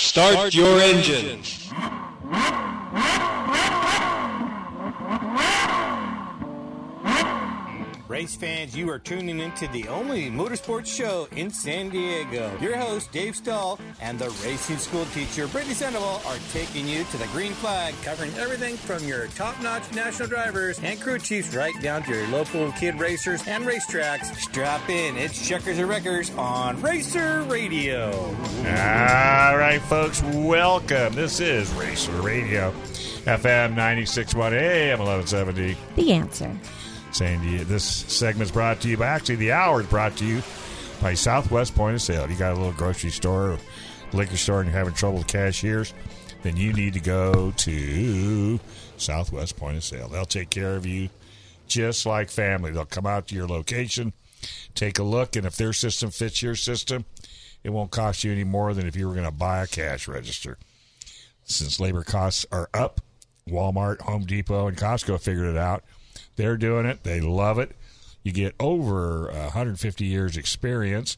Start your engines. Race fans, you are tuning into the only motorsports show in San Diego. Your host, Dave Stahl, and the racing school teacher, Brittany Sandoval, are taking you to the green flag, covering everything from your top notch national drivers and crew chiefs right down to your local kid racers and racetracks. Strap in, it's Checkers and Wreckers on Racer Radio. All right, folks, welcome. This is Racer Radio, FM 96.1 AM 1170. The answer. San Diego. This segment's brought to you by actually the hour is brought to you by Southwest Point of Sale. If You got a little grocery store, or liquor store, and you're having trouble with cashiers, then you need to go to Southwest Point of Sale. They'll take care of you just like family. They'll come out to your location, take a look, and if their system fits your system, it won't cost you any more than if you were going to buy a cash register. Since labor costs are up, Walmart, Home Depot, and Costco figured it out. They're doing it. They love it. You get over uh, 150 years experience.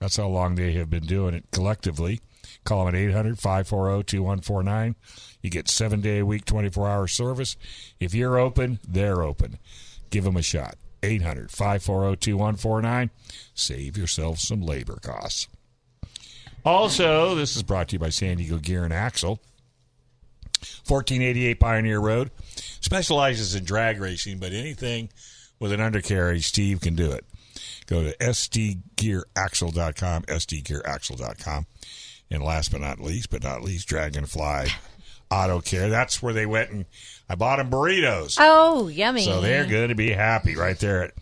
That's how long they have been doing it collectively. Call them at 800 540 2149. You get seven day a week, 24 hour service. If you're open, they're open. Give them a shot. 800 540 2149. Save yourself some labor costs. Also, this is brought to you by San Diego Gear and Axle. 1488 Pioneer Road. Specializes in drag racing, but anything with an undercarriage, Steve can do it. Go to sdgearaxle.com, sdgearaxle.com. And last but not least, but not least, Dragonfly Auto Care. That's where they went and I bought them burritos. Oh, yummy. So they're going to be happy right there at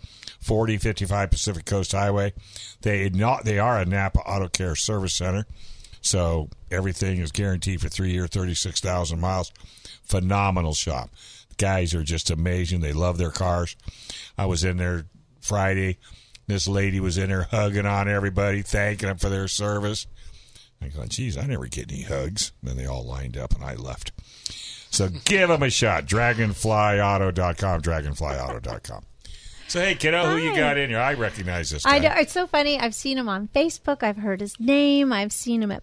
4055 Pacific Coast Highway. They not they are a Napa Auto Care Service Center, so everything is guaranteed for three year, thirty six thousand miles. Phenomenal shop. The guys are just amazing. They love their cars. I was in there Friday. This lady was in there hugging on everybody, thanking them for their service. I thought, geez, I never get any hugs. Then they all lined up and I left. So give them a shot. DragonflyAuto.com. DragonflyAuto.com. So, hey, kiddo, who you Hi. got in here? I recognize this. I guy. know, it's so funny. I've seen him on Facebook. I've heard his name. I've seen him at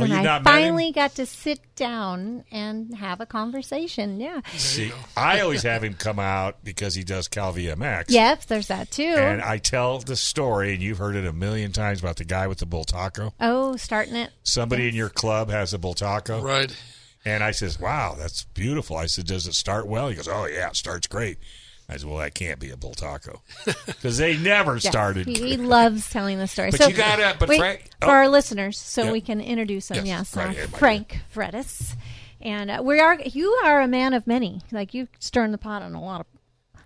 Oh, and you've I not met him? finally got to sit down and have a conversation. Yeah. See, I always have him come out because he does Cal VMX. Yep. There's that too. And I tell the story, and you've heard it a million times about the guy with the bull taco. oh, starting it. Somebody in your club has a bull taco. Right. And I says, "Wow, that's beautiful." I said, "Does it start well?" He goes, "Oh yeah, it starts great." I said, "Well, that can't be a bull taco because they never Yeah. started." He, he loves telling the story. But so you gotta- but wait, Frank- for oh. our listeners, so Yeah. we can introduce him. Yes, Yes, right uh, here, my Frank Fredis, and uh, we are. You are a man of many. Like you stirring the pot on a lot of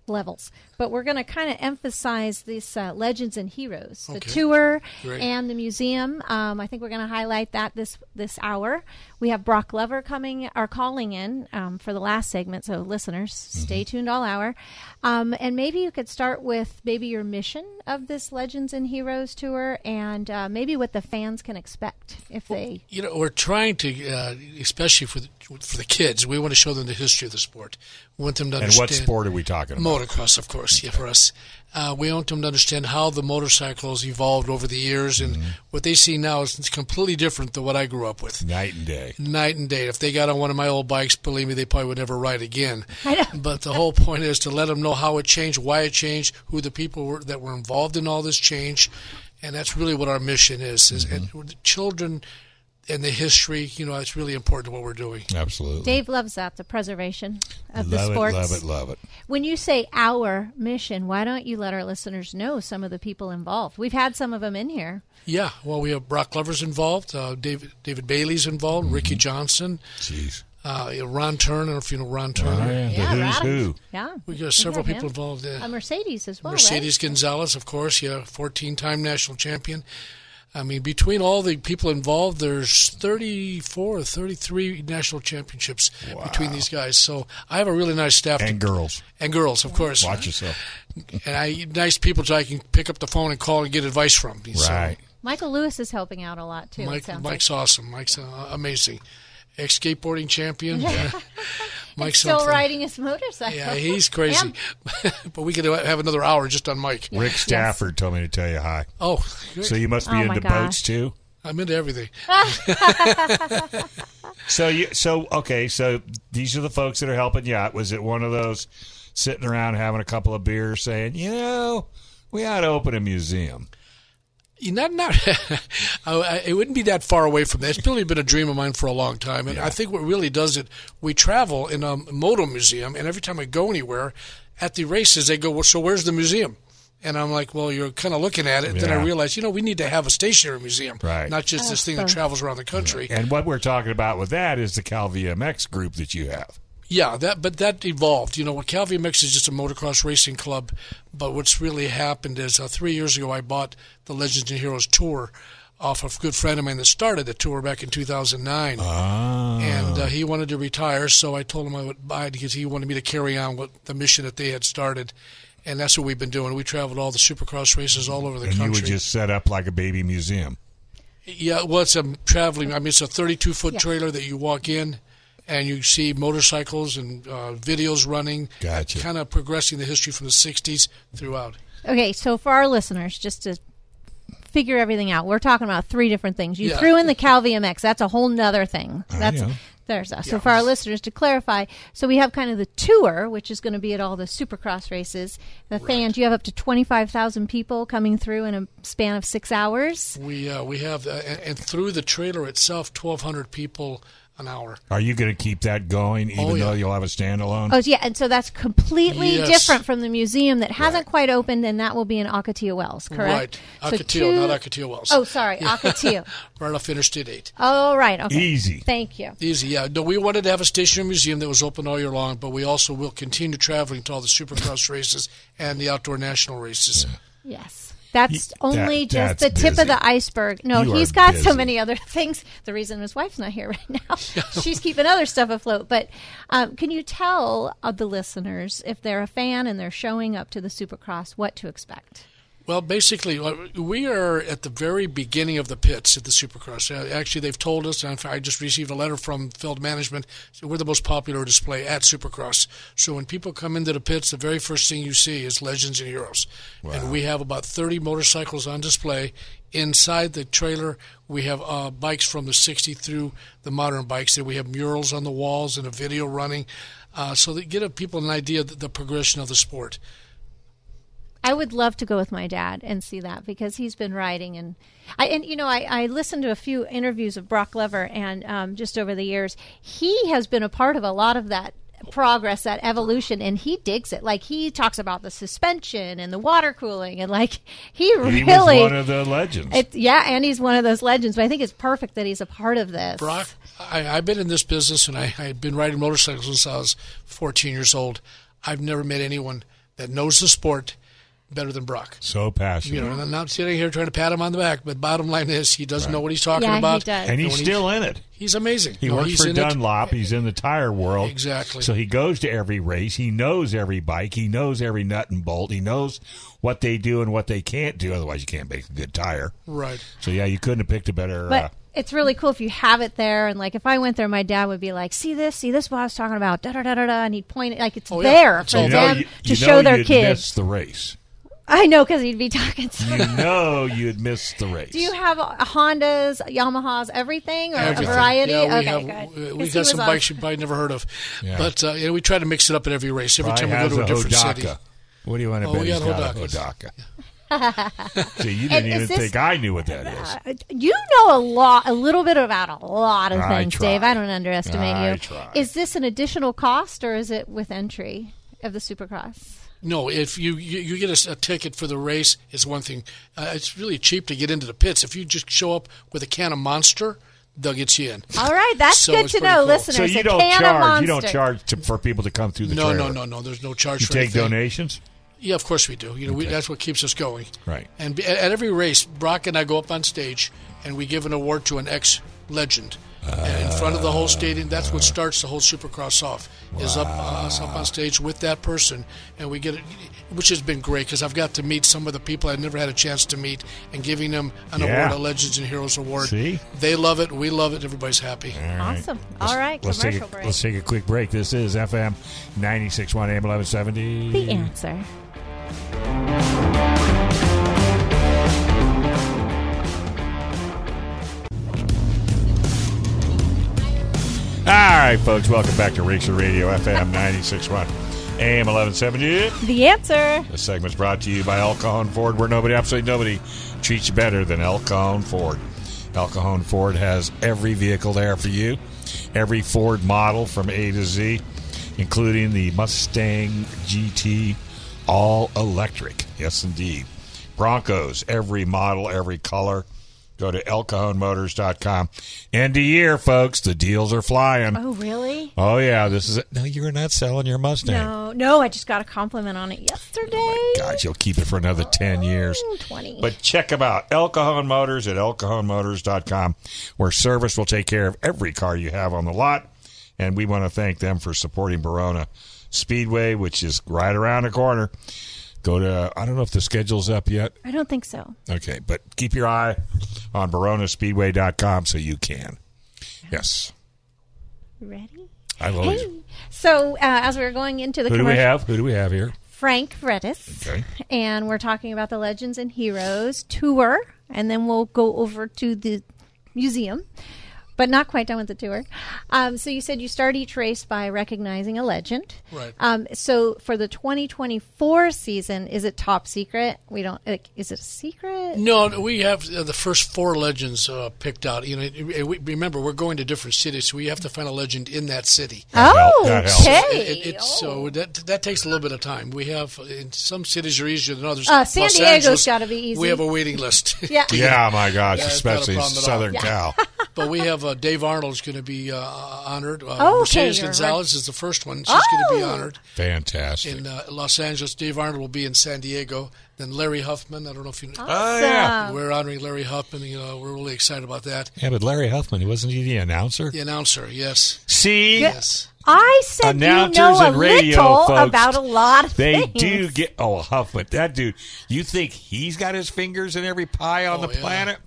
levels, but we're going to kind of emphasize these uh, legends and heroes, the Okay. tour Great. and the museum. Um, I think we're going to highlight that this this hour. We have Brock Lover coming or calling in um, for the last segment. So listeners, Mm-hmm. stay tuned all hour, um, and maybe you could start with maybe your mission of this Legends and Heroes tour, and uh, maybe what the fans can expect if they. You know, we're trying to, uh, especially for the, for the kids, we want to show them the history of the sport. We want them to and what understand. sport are we talking about? Motocross, of course, yeah, for us. Uh, we want them to understand how the motorcycles evolved over the years, and Mm-hmm. what they see now is completely different than what I grew up with. Night and day. Night and day. If they got on one of my old bikes, believe me, they probably would never ride again. I know. But the whole point is to let them know how it changed, why it changed, who the people were that were involved in all this change, and that's really what our mission is. Is and the children and the history. You know, it's really important to what we're doing. Absolutely. Dave loves that the preservation of the love sports. it, love it, love it. When you say our mission, why don't you let our listeners know some of the people involved? We've had some of them in here. Yeah. Well, we have Brock Lovers involved, uh, David David Bailey's involved, Ricky Johnson, Jeez. uh, Ron Turner. I don't know if you know Ron Turner. yeah, the who's Radom. who. Yeah. We got several had him. people involved. Uh, A Mercedes as well. Mercedes Gonzalez, of course, yeah, 14 time national champion. I mean, between all the people involved, there's 34 or 33 national championships between these guys. So I have a really nice staff. to- And girls. and girls, of course. Watch yourself. And I nice people that I can pick up the phone and call and get advice from. So Right. Right? Michael Lewis is helping out a lot too. it Mike, sounds Mike's awesome. Mike's uh, amazing. Ex skateboarding champion. like. Mike's still something. riding his motorcycle. Yeah, he's crazy. but we could have another hour just on Mike. Rick Stafford told me to tell you hi. Oh, great. So you must be Oh, my into gosh. boats too. I'm into everything. So you so okay, so these are the folks that are helping you out. Was it one of those sitting around having a couple of beers saying, you know, we ought to open a museum? You not not I, I- it wouldn't be that far away from that. It's really been a dream of mine for a long time, and I think what really does it, we travel in a moto museum, and every time I go anywhere, at the races they go, well, so where's the museum? And I'm like, well, you're kind of looking at it. And Then Yeah. I realized, you know, we need to have a stationary museum, Right. not just this thing that travels around the country. And what we're talking about with that is the Cal VMX group that you have. Yeah, that but that evolved. You know, what Calvi Mix is just a motocross racing club, but what's really happened is uh, three years ago I bought the Legends and Heroes tour off of a good friend of mine that started the tour back in 2009, Ah. and uh, he wanted to retire, so I told him I would buy it because he wanted me to carry on what the mission that they had started, and that's what we've been doing. We traveled all the Supercross races all over the And you country. would just set up like a baby museum. Yeah, well, it's a traveling. I mean, it's a 32 foot trailer that you walk in, and you see motorcycles and uh, videos running. Gotcha. Kind of progressing the history from the 60s throughout. Okay, so for our listeners, just to figure everything out, we're talking about three different things. You Yeah. threw in the Cal VMX. That's a whole nother thing. That's know. there's us. So for our listeners to clarify, so we have kind of the tour, which is going to be at all the Supercross races. The fans, you have up to twenty five thousand people coming through in a span of six hours. We uh, we have uh, and, and through the trailer itself, 1,200 people an hour. Are you going to keep that going, even Oh, yeah. though you'll have a standalone? Oh yeah, and so that's completely Yes. different from the museum that hasn't quite opened, and that will be in Ocotillo Wells, correct? Right. So Ocotillo, two- not Ocotillo Wells. Oh, sorry, Ocotillo. Right off Interstate 8. All right, okay. Easy. Thank you. Easy, yeah. No, we wanted to have a stationary museum that was open all year long, but we also will continue traveling to all the Supercross races and the outdoor national races. Yes. That's That- only just that's the tip busy. of the iceberg. No, You are he's got so busy. many other things. The reason his wife's not here right now, she's keeping other stuff afloat. But um, can you tell uh, the listeners if they're a fan and they're showing up to the Supercross what to expect? Well, basically, uh, we are at the very beginning of the pits at the Supercross. Uh, Actually, they've told us, and in fact, I just received a letter from Field Management. So we're the most popular display at Supercross. So when people come into the pits, the very first thing you see is Legends and Heroes, and we have about thirty motorcycles on display. Inside the trailer, we have uh, bikes from the '60 through the modern bikes, and we have murals on the walls and a video running, uh, so that give people an idea of the- the progression of the sport. I would love to go with my dad and see that because he's been riding and I and you know I, I listened to a few interviews of Brock Lever and um, just over the years he has been a part of a lot of that progress that evolution and he digs it like he talks about the suspension and the water cooling and like he He Oh, really was one of the legends. it, yeah and he's one of those legends but I think it's perfect that he's a part of this Brock, I, I've been in this business and I, I've been riding motorcycles since I was 14 years old. I've never met anyone that knows the sport better than Brock. so passionate. You know, and I'm not sitting here trying to pat him on the back, but bottom line is he does know what he's talking Yeah, he about. does. and he's when he- still in it. He's amazing. He No, works he's for in it. Dunlop. He's in the tire world. Exactly. So he goes to every race. He knows every bike. He knows every nut and bolt. He knows what they do and what they can't do. Otherwise, you can't make a good tire. Right. So yeah, you couldn't have picked a better. but uh, it's really cool if you have it there and like if I went there my dad would be like see this see this what I was talking about da da da da da and he'd point it like it's Oh, yeah. there It's for all you there. them you- to you show know their you'd kids miss the race. I know because he'd be talking. So. You know you'd miss the race. Do you have uh, Hondas, Yamahas, everything, or Everything. a variety? Yeah, we okay, have, good. We've 'Cause he got was some on- bikes you probably never heard of. Yeah. But uh, yeah, we try to mix it up at every race. Every Probably time we go has to a a different Hodaka. city. What do you want to Oh, bet we he's got got a Hodakas. Hodaka? See, you And didn't is even this- think I knew what that is. Uh, You know a lot, a little bit about a lot of I things, try. Dave. I don't underestimate I you. try. Is this an additional cost, or is it with entry of the Supercross? No, if you you, you get a s- a, ticket for the race, it's one thing. Uh, it's really cheap to get into the pits. If you just show up with a can of Monster, they'll get you in. All right, that's So good it's to pretty know, cool. listeners. So you a don't can of charge. monster. You don't charge to, for people to come through the No, no, trailer. no, no. There's no charge You for take anything. donations. Yeah, of course we do. You know, we, that's what keeps us going. Right. And be, at, at every race, Brock and I go up on stage and we give an award to an ex legend. in front of the whole stadium, that's Ah. what starts the whole Supercross off. Is up uh, us up on stage with that person, and we get it, which has been great because I've got to meet some of the people I'd never had a chance to meet, and giving them an Yeah. award, a Legends and Heroes award. See? they love it, we love it, everybody's happy. Awesome. All right, Let's take, commercial a, break. let's take a quick break. This is FM 961 AM 1170. the answer. Hi, folks. Welcome back to Racer Radio FM 96.1 AM 1170. The answer. This segment's brought to you by El Cajon Ford, where nobody, absolutely nobody, treats you better than El Cajon Ford. El Cajon Ford has every vehicle there for you, every Ford model from A to Z, including the Mustang GT, all electric. Yes, indeed. Broncos, every model, every color. Go to elcajonmotors.com. End of year, folks. The deals are flying. Oh, really? Oh yeah, this is it. No, you're not selling your Mustang. No, no, I just got a compliment on it yesterday. God, you'll keep it for another 10 years. Mm, 20. But check them out. El Cajon Motors at elcajonmotors.com, where service will take care of every car you have on the lot. And we want to thank them for supporting Barona Speedway, which is right around the corner. Go to, I don't know if the schedule's up yet. I don't think so. Okay, but keep your eye on baronaspeedway.com so you can. Yes. Ready? I love Hey. So, uh, as we were going into the Who do commercial, we have? Who do we have here? Frank Redis, Okay. and we're talking about the Legends and Heroes tour, and then we'll go over to the museum, but not quite done with the tour. Um, so, you said you start each race by recognizing a legend. Right. Um, so, for the 2024 season, is it top secret? We don't, like, is it a secret? No, no, we have uh, the first four legends uh, picked out. You know, it- it- we, remember we're going to different cities, so we have to find a legend in that city. Oh, That helps. okay. It- it- it's, Oh. So that that takes a little bit of time. We have in some cities are easier than others. Uh, San Los Diego's Angeles, gotta be easy. We have a waiting list. yeah. Yeah, my gosh, it's not a especially problem at all. Southern Cal. but we have uh, Dave Arnold's going to be uh, honored. Uh, Oh, okay, Mercedes you're right. Gonzalez is the first one. She's going to Oh. be honored Fantastic. in uh, Los Angeles. Dave Arnold will be in San Diego. Then Larry Huffman. I don't know if you know. Ah. Oh, uh, yeah. We're honoring Larry Huffman. You know, we're really excited about that. Yeah, but Larry Huffman, wasn't he the announcer? The announcer, yes, See, yes. I said announcers you know a and radio little folks, about a lot of they things. do get. Oh, Huffman, that dude. You think he's got his fingers in every pie on Oh, the yeah. planet?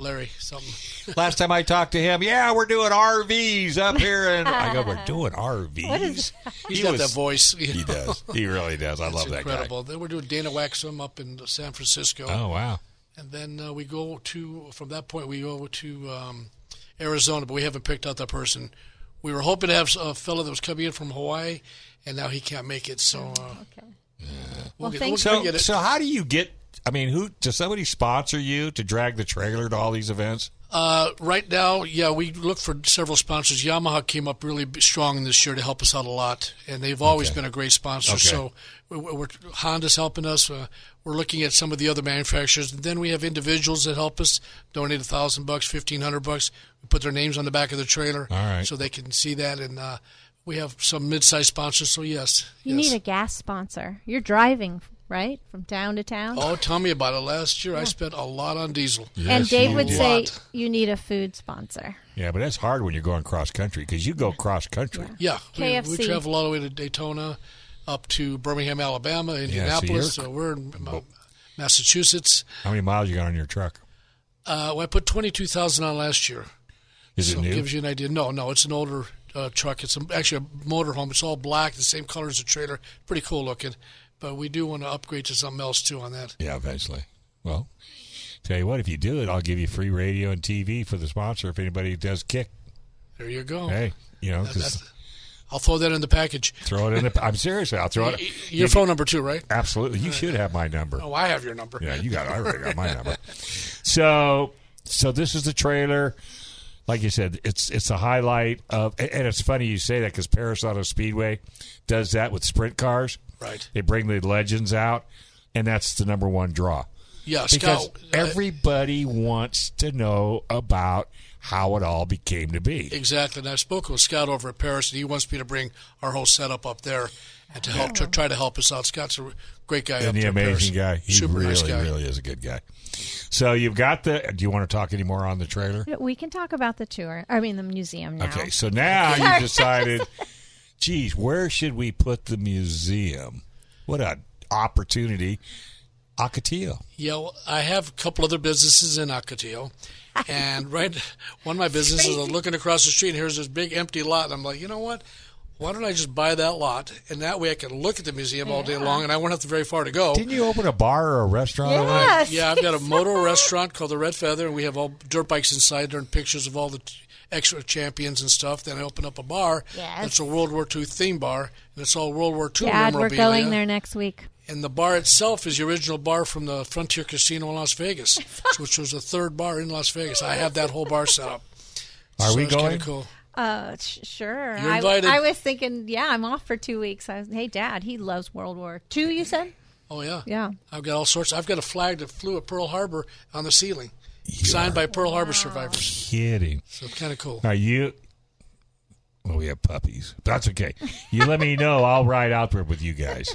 Larry, something. Last time I talked to him, yeah, we're doing RVs up here, and I go, we're doing RVs. What is- He's got that voice. He does. He really does. I love It's that incredible. Then we're doing Dana Waxum up in San Francisco, guy. Oh wow. and then uh, we go to from that point we go to um, Arizona, but we haven't picked out that person. We were hoping to have a fellow that was coming in from Hawaii, and now he can't make it. So uh, Okay. we'll, Well, get, thanks we'll So, get it. so how do you get? I mean, who does somebody sponsor you to drag the trailer to all these events? Uh, right now, yeah, we look for several sponsors. Yamaha came up really b- strong this year to help us out a lot, and they've always been a great sponsor. Okay. So we- we- we're, Honda's helping us. Uh, we're looking at some of the other manufacturers, and then we have individuals that help us donate a thousand bucks, fifteen hundred bucks. We put their names on the back of the trailer, All right. so they can see that. And uh, we have some mid-sized sponsors. So yes, You yes. need a gas sponsor. You're driving, right? From town to town. Oh, tell me about it. Last year, I spent a lot on diesel. and Yes, Dave you would do. say Lot. you need a food sponsor. Yeah, but that's hard when you're going cross country because you go cross country. Yeah, we, we KFC. travel all the way to Daytona, up to Birmingham, Alabama, Indianapolis. you're- so we're in Ma- Massachusetts. How many miles you got on your truck? Uh, well, I put twenty two thousand on last year. Is so it new? gives you an idea. No, no, it's an older uh, truck. It's a, actually a motorhome. It's all black, the same color as the trailer. Pretty cool looking. But we do want to upgrade to something else too on that. yeah, eventually. Well, tell you what, if you do it, I'll give you free radio and TV for the sponsor if anybody does kick. There you go. Hey, you know, 'cause That's- I'll throw that in the package. throw it in the. I'm seriously, I'll throw Y- it. y- Your phone number too, right? Absolutely, you should have my number. Oh, I have your number. Yeah, you got. I already got my number. So, so this is the trailer. Like you said, it's it's a highlight of, and- and it's funny you say that because Paris Auto Speedway does that with sprint cars. Right. They bring the legends out, and that's the number one draw. Yeah, because Scott. uh, everybody wants to know about how it all became to be. Exactly. And I spoke with Scott over at Paris, and he wants me to bring our whole setup up there and to help to try to help us out. Scott's a great guy up And the there. in Paris. amazing guy. He Super really, nice guy. really is a good guy. So you've got the. Do you want to talk any more on the trailer? We can talk about the tour. I mean, the museum now. Okay, so now you decided, geez, where should we put the museum? What an opportunity. Ocotillo. Yeah, well, I have a couple other businesses in Ocotillo, and right one of my businesses, I'm looking across the street, and here's this big empty lot, and I'm like, you know what? Why don't I just buy that lot, and that way I can look at the museum all day long, and I won't have to very far to go. Didn't you open a bar or a restaurant? uh, over there? Yes. Yeah, I've got a moto restaurant called the Red Feather, and we have all dirt bikes inside there and pictures of all the t- extra champions and stuff. Then I open up a bar. Yes. That's a World War II theme bar, and it's all World War II Dad, we're memorabilia. going there next week. And the bar itself is the original bar from the Frontier Casino in Las Vegas, which was the third bar in Las Vegas. I have that whole bar set up. Are so we it's kinda going? Cool. Uh, sh- sure. You're I, invited. I was thinking, yeah, I'm off for two weeks. I was, hey, Dad, he loves World War Two. You said, Oh yeah. yeah. I've got all sorts. I've got a flag that flew at Pearl Harbor on the ceiling, signed by Pearl Harbor survivors. Kidding. So kind of cool. Are you? Well, we have puppies. That's okay. You let me know. I'll ride out there with you guys.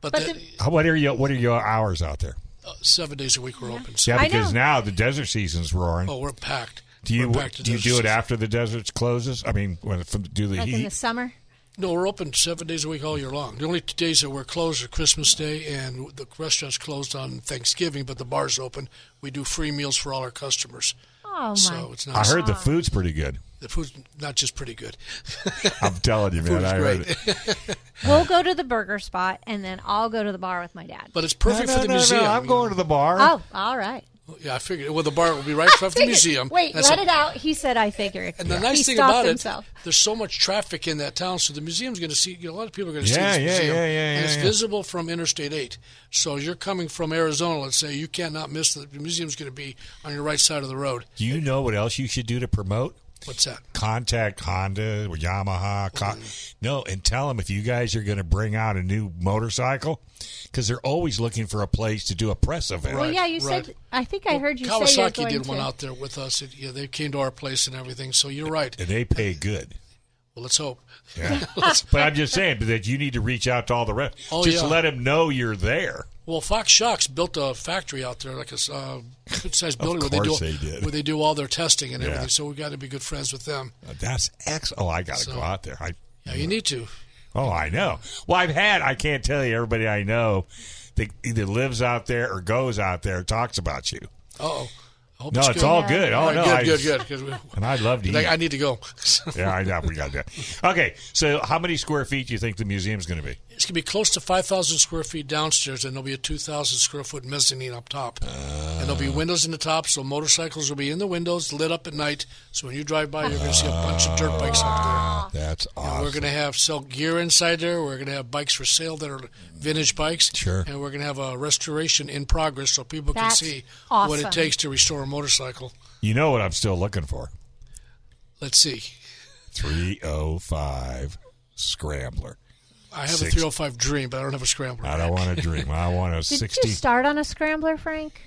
But, But the, the- How- What are your What are your hours out there? uh, seven days a week we're open. So, Yeah, I because know. now the desert season's roaring. oh, we're packed. do you We're packed to do you the- do it after the desert closes? I mean, when from, do the Like in heat? the summer. No, we're open seven days a week all year long. The only two days that we're closed are Christmas Day and the restaurant's closed on Thanksgiving, but the bar's open. We do free meals for all our customers. Oh my! so it's I nice. heard the food's pretty good. the food's not just pretty good. I'm telling you, man. Food's I heard great. it. We'll go to the burger spot, and then I'll go to the bar with my dad. But it's No, perfect no, for the no, museum. no. I'm you going to the bar. oh, all know. right. Yeah, I figured. Well, the bar will be right in front of the Figured- museum. Wait, That's let a- it out. He said, "I figure." And the He nice thing stopped about himself. it, there's so much traffic in that town, so the museum's going to see you know, a lot of people are going to Yeah, see this yeah, museum, yeah, yeah, and yeah, it's yeah. visible from Interstate Eight. So you're coming from Arizona, let's say, you cannot miss the, the museum's going to be on your right side of the road. Do you know what else you should do to promote? What's that? Contact Honda or Yamaha. Con- no, and tell them if you guys are going to bring out a new motorcycle, because they're always looking for a place to do a press event. Well, Right, yeah, you right. said. I think I heard you say you're Kawasaki going did one to- out there with us. It, yeah, they came to our place and everything. So you're right. And they pay good. Well, let's hope. Yeah. but I'm just saying that you need to reach out to all the rest. Oh, just yeah. let them know you're there. Well, Fox Shocks built a factory out there, like a uh, good-sized building where they do course they did. where they do all their testing and Yeah. everything. So we got to be good friends with them. That's excellent. Oh, I got to go out there. I Yeah, you need to. Oh, I know. Well, I've had, I can't tell you, everybody I know that either lives out there or goes out there talks about you. Oh, No, it's, all good. Oh, no. I, good, good, good, 'cause we- And I'd love to eat. I, I need to go. yeah, I know. We got that. Okay. So, how many square feet do you think the museum's going to be? It's gonna be close to five thousand square feet downstairs, and there'll be a two thousand square foot mezzanine up top, and there'll Ah. be windows in the top, so motorcycles will be in the windows, lit up at night. So when you drive by, you're gonna see a bunch of dirt bikes out That's there. We're gonna have sell gear inside there. We're gonna have bikes for sale that are vintage bikes. Sure. And we're gonna have a restoration in progress, so people That's can see what awesome. it takes to restore a motorcycle. You know what I'm still looking for? Let's see. 305 Scrambler. I have a Six. 305 Dream, but I don't have a Scrambler. I don't want to dream. I want a Did 60. you start on a scrambler, Frank?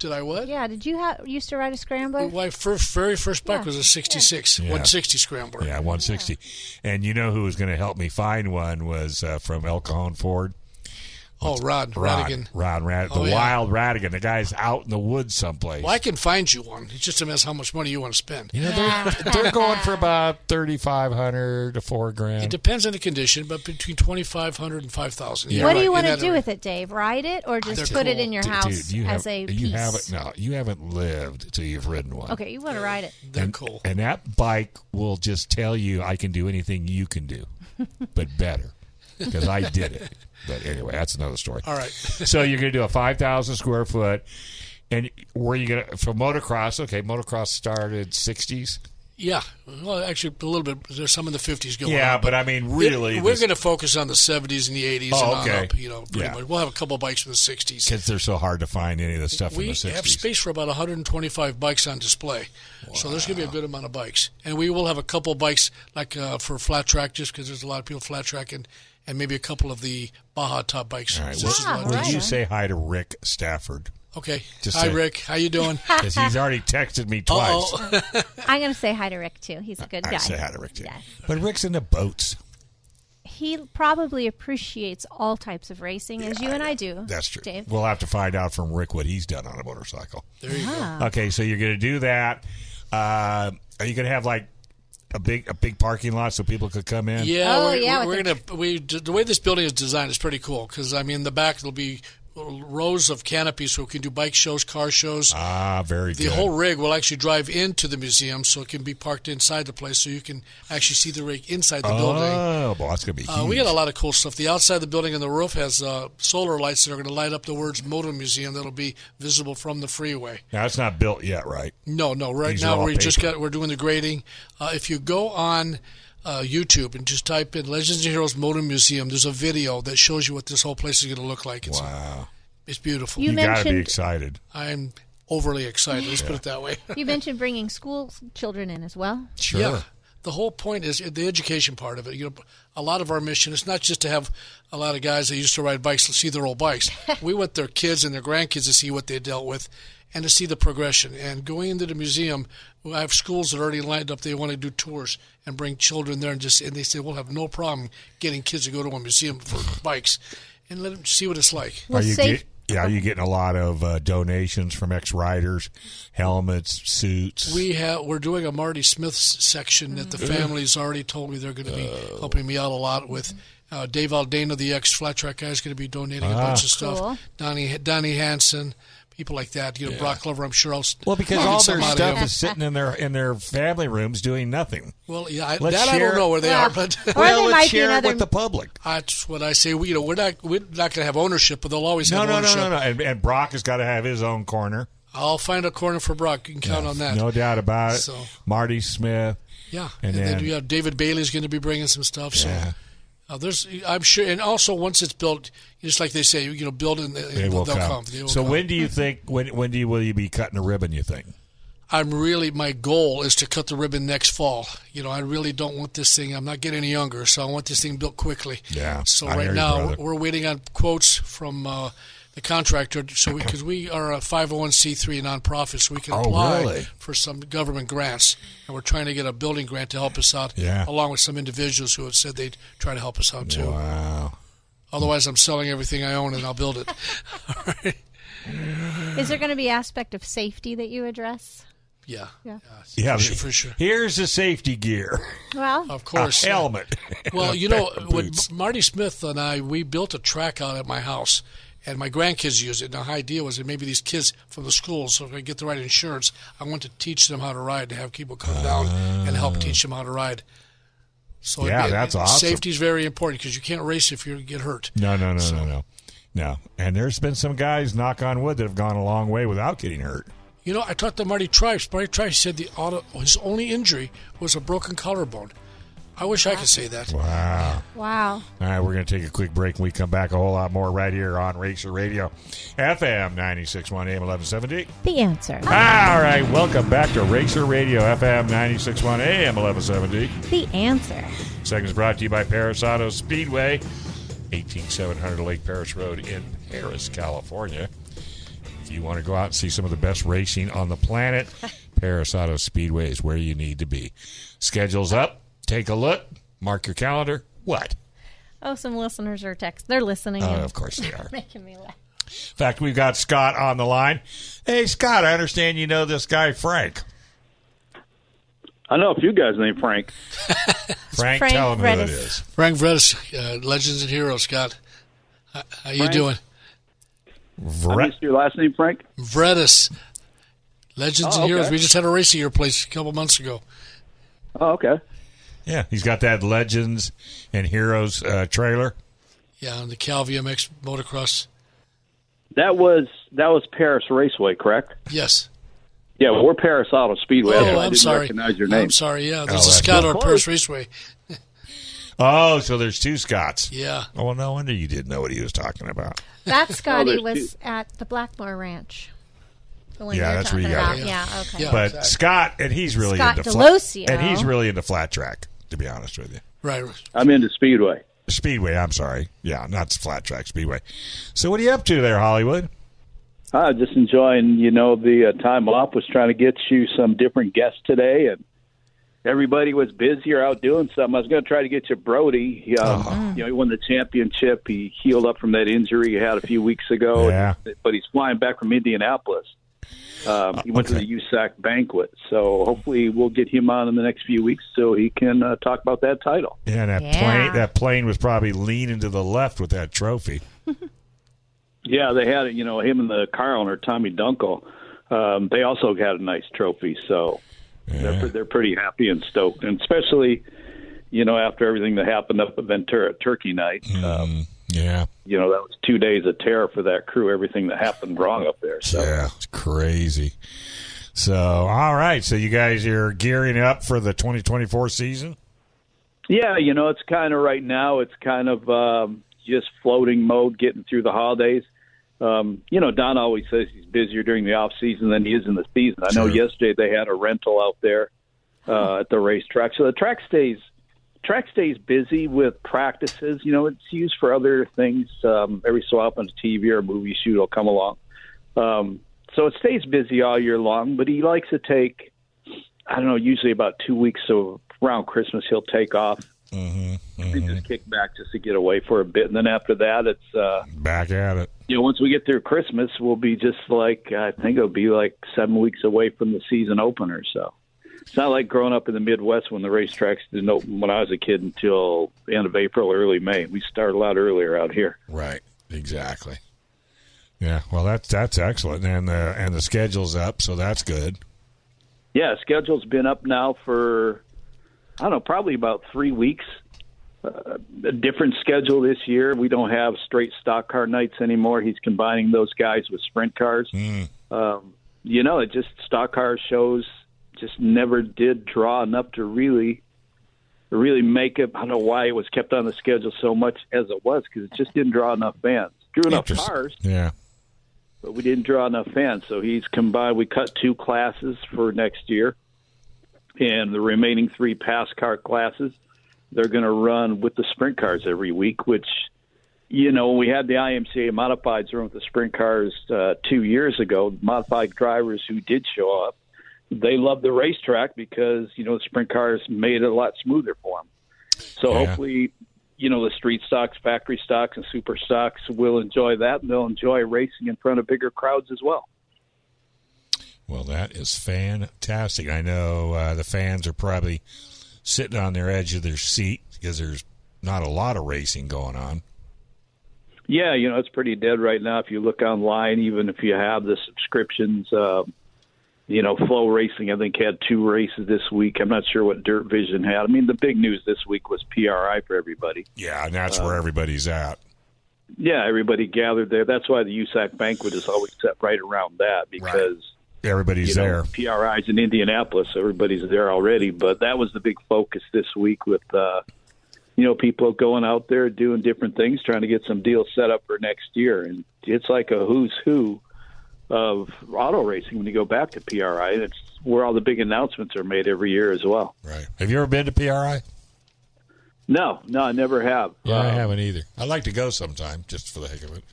Did I what? Yeah. Did you ha- used to ride a scrambler? My first, very first bike Yeah. was a 66, 160 Scrambler. Yeah, 160. And you know who was going to help me find one was uh, from El Cajon Ford? Oh, Rod, Rod, Radigan. Rod Rad- Oh, the yeah. wild Radigan. The guy's out in the woods someplace. Well, I can find you one. It's just a mess how much money you want to spend. You know, they're, they're going for about 3500 to 4 It grand. depends on the condition, but between 2500 and 5,000. Yeah. what You're do you right, want in to that do area. with it, Dave? Ride it or just They're put it cool. in your Dude, house you have, as a you piece? haven't no, you haven't lived till you've ridden one. Okay, you want to ride it. They're cool. And that bike will just tell you I can do anything you can do, but better because I did it. But anyway, that's another story. All right. so you're going to do a 5,000 square foot. And where you going to, for motocross, okay, motocross started 60s. Yeah. Well, actually, a little bit. There's some in the 50s going Yeah, on. but I mean, really. it- we're going to focus on the 70s and the 80s Oh, and okay. on up. You know, pretty Yeah. much. We'll have a couple bikes from the 60s. Because they're so hard to find any of the stuff we in the 60s. have space for about 125 bikes on display, so there's going to be a good amount of bikes, and we will have a couple bikes like uh, for flat track, just because there's a lot of people flat tracking, and maybe a couple of the Baja top bikes. All right. So Well, this is a lot of will right bikes. you on. say hi to Rick Stafford? okay, Just hi say- Oh, Rick, how you doing? Because he's already texted me twice. oh, I'm going to say hi to Rick too. He's a good I guy. say hi to Rick too. Yes. But Rick's in the boats. He probably appreciates all types of racing, as you and I do. That's true. Oh, Dave. We'll have to find out from Rick what he's done on a motorcycle. there you go. Ah. Okay, so you're going to do that. Uh, are you going to have like a big a big parking lot so people could come in? Yeah, Oh, we're, yeah, we're, with we're gonna we the way this building is designed is pretty cool because I mean the back will be uh, rows of canopies so we can do bike shows, car shows. Ah, very the good. whole rig will actually drive into the museum so it can be parked inside the place so you can actually see the rig inside the building. oh, boy, that's gonna be huge. Uh, we got a lot of cool stuff. The outside of the building and the roof has uh, solar lights that are going to light up the words Motor Museum that'll be visible from the freeway. now it's not built yet, right? No, no. Right These are now all we just paper. got we're doing the grading. Uh, if you go on uh, YouTube and just type in Legends and Heroes Motor Museum, there's a video that shows you what this whole place is going to look like. It's Wow, it's beautiful. You you gotta Uh, be mentioned- excited. I'm overly excited. Let's put it that way. You mentioned bringing school children in as well. Sure. Yeah. The whole point is the education part of it. You know, a lot of our mission is not just to have a lot of guys that used to ride bikes to see their old bikes. we want their kids and their grandkids to see what they dealt with and to see the progression. And going into the museum, I have schools that are already lined up. They want to do tours and bring children there and just and they say we'll have no problem getting kids to go to a museum for bikes and let them see what it's like. Well, are you safe- get- yeah, are you getting a lot of uh, donations from ex riders, helmets, suits? We have we're doing a Marty Smith s- section that the family's already told me they're going to be helping me out a lot with. Uh, Dave Aldana, the ex flat track guy, is going to be donating a bunch of stuff. Cool. Donnie Donnie Hansen, people like that. You know, Brock Glover. I'm sure I'll. s- well, because get all some their out of stuff him. is sitting in their in their family rooms doing nothing. Well, yeah, I, Let's that I share- don't know where they Yeah. are, but Or well, there let's might be share it another- with the public. that's what I say. We, you know, we're not we're not going to have ownership, but they'll always No, have no, no, ownership. no, no. And, and Brock has got to have his own corner. I'll find a corner for Brock. You can count on that. No doubt about it. So- Marty Smith. Yeah, and, And then, then- you have David Bailey's going to be bringing some stuff. So Yeah. uh, there's, I'm sure, and also once it's built, just like they say, you know, build and they, They will will they'll come. come. They will so come. when do you think? When when do you will you be cutting a ribbon? You think? I'm really my goal is to cut the ribbon next fall. You know, I really don't want this thing. I'm not getting any younger, so I want this thing built quickly. Yeah, So I hear right you, now brother. we're waiting on quotes from uh, the contractor, so because we, are a 501c3 nonprofit, so we can Oh, apply really? for some government grants, and we're trying to get a building grant to help us out, Yeah. along with some individuals who have said they'd try to help us out too. Wow. Otherwise, I'm selling everything I own and I'll build it. Is there going to be aspect of safety that you address? Yeah. Yeah. Yeah, For sure, for sure. Here's the safety gear. Oh. Well, Of course. A helmet. Well, you know, Pair of when boots. Marty Smith and I, we built a track out at my house, and my grandkids use it. And the idea was that maybe these kids from the schools, so if I get the right insurance, I want to teach them how to ride, to have people come down and help teach them how to ride. So Uh-huh. Yeah, that's awesome. Safety is very important because you can't race if you get hurt. No, no, no, no, no, no. And there's been some guys, knock on wood, that have gone a long way without getting hurt. You know, I talked to Marty Trice. Marty Trice said the auto, his only injury was a broken collarbone. I wish I could say that. Wow. wow. All right, we're going to take a quick break. When we come back, a whole lot more right here on Racer Radio, FM 961 AM 1170. The answer. All right, welcome back to Racer Radio, FM 961 AM 1170. The answer. Segment is brought to you by Paris Auto Speedway, 18700 Lake Paris Road in Paris, California. If you want to go out and see some of the best racing on the planet, Paris Auto Speedway is where you need to be. Schedule's up. Take a look. Mark your calendar. What? Oh, some listeners are text. They're listening. Uh, and of course they are. Making me laugh. In fact, we've got Scott on the line. Hey, Scott, I understand you know this guy, Frank. I know a few guys named Frank. Frank, Frank tell him who it Redis. is. Frank Vredis, uh, Legends and Heroes, Scott. How, how you Frank? doing? I Vre- missed your last name, Frank. Vredis, Legends Oh, and Heroes. okay. We just had a race at your place a couple months ago. Oh, okay. yeah, he's got that Legends and Heroes uh, trailer. Yeah, on the Cal VMX motocross. That was that was Paris Raceway, correct? Yes. Yeah, well, we're Paris Auto Speedway. That's oh, why I I'm didn't sorry. recognize your name. I'm sorry. Yeah, Oh, there's a that's Scott on cool. Paris Raceway. Oh, so there's two Scots. Yeah. Oh, well, no wonder you didn't know what he was talking about. That Scotty there's was at the Blackmore Ranch. The one Yeah, you're that's where talking you got about. it. Yeah. Okay. Yeah. But Scott, and he's really Scott into Delosio. and he's really into flat track. To be honest with you, Right. I'm into Speedway. Speedway. I'm sorry, yeah, not flat track, Speedway. So what are you up to there, Hollywood? I just enjoying, you know, the uh, time off. Was trying to get you some different guests today, and everybody was busy or out doing something. I was going to try to get you Brody. He, um, Oh. You know, he won the championship. He healed up from that injury he had a few weeks ago, Yeah. but he's flying back from Indianapolis. Um, he went okay. to the USAC banquet, so hopefully we'll get him on in the next few weeks so he can uh, talk about that title. Yeah, that Yeah. plane. That plane was probably leaning to the left with that trophy. Yeah, they had it. You know, him and the car owner Tommy Dunkel. Um, they also had a nice trophy, so they're pre- they're pretty happy and stoked, and especially, you know, after everything that happened up at Ventura Turkey Night. Um, Yeah. you know, that was two days of terror for that crew. Everything that happened wrong up there. So Yeah, it's crazy. So, all right. So, you guys are gearing up for the 2024 season? Yeah, you know, it's kind of right now. It's kind of um, just floating mode, getting through the holidays. Um, you know, Don always says he's busier during the off season than he is in the season. I know Sure. yesterday they had a rental out there uh, at the racetrack, so the track stays track stays busy with practices. You know, it's used for other things. Um, every so often, a TV or a movie shoot will come along. Um, so it stays busy all year long. But he likes to take, I don't know, usually about two weeks. So around Christmas, he'll take off and just kick back just to get away for a bit. And then after that, it's uh, Back at it. you know once we get through Christmas, we'll be just like I think it'll be like seven weeks away from the season opener. So it's not like growing up in the Midwest when the racetracks didn't open when I was a kid until the end of April, early May. We start a lot earlier out here. Right. Exactly. Yeah. Well, that's that's excellent, and the and the schedule's up, so that's good. Yeah, schedule's been up now for I don't know, probably about three weeks. Uh, a different schedule this year. We don't have straight stock car nights anymore. He's combining those guys with sprint cars. Um, you know, it just stock car shows just never did draw enough to really, really make it. I don't know why it was kept on the schedule so much as it was because it just didn't draw enough fans. Drew enough Interest- cars, Yeah. but we didn't draw enough fans. So he's combined. We cut two classes for next year, and the remaining three pass car classes, they're going to run with the sprint cars every week. Which, you know, when we had the IMCA modifieds run with the sprint cars uh, two years ago. Modified drivers who did show up, they loved the racetrack because you know the sprint cars made it a lot smoother for them. So Yeah. hopefully. You know, the street stocks, factory stocks, and super stocks will enjoy that, and they'll enjoy racing in front of bigger crowds as well. Well, that is fantastic. I know uh, the fans are probably sitting on their edge of their seat because there's not a lot of racing going on. Yeah, you know, it's pretty dead right now. If you look online, even if you have the subscriptions, uh, you know, Flow Racing, I think, had two races this week. I'm not sure what Dirt Vision had. I mean, the big news this week was PRI for everybody. Yeah, and that's Uh, where everybody's at. Yeah, everybody gathered there. That's why the USAC banquet is always set right around that because. Everybody's you know, there. PRI's in Indianapolis. so Everybody's there already, but that was the big focus this week with, uh, you know, people going out there doing different things, trying to get some deals set up for next year. And it's like a who's who of auto racing when you go back to PRI, and it's where all the big announcements are made every year as well. Right. Have you ever been to PRI? No, no, I never have. Uh, Yeah, I haven't either. I'd like to go sometime just for the heck of it.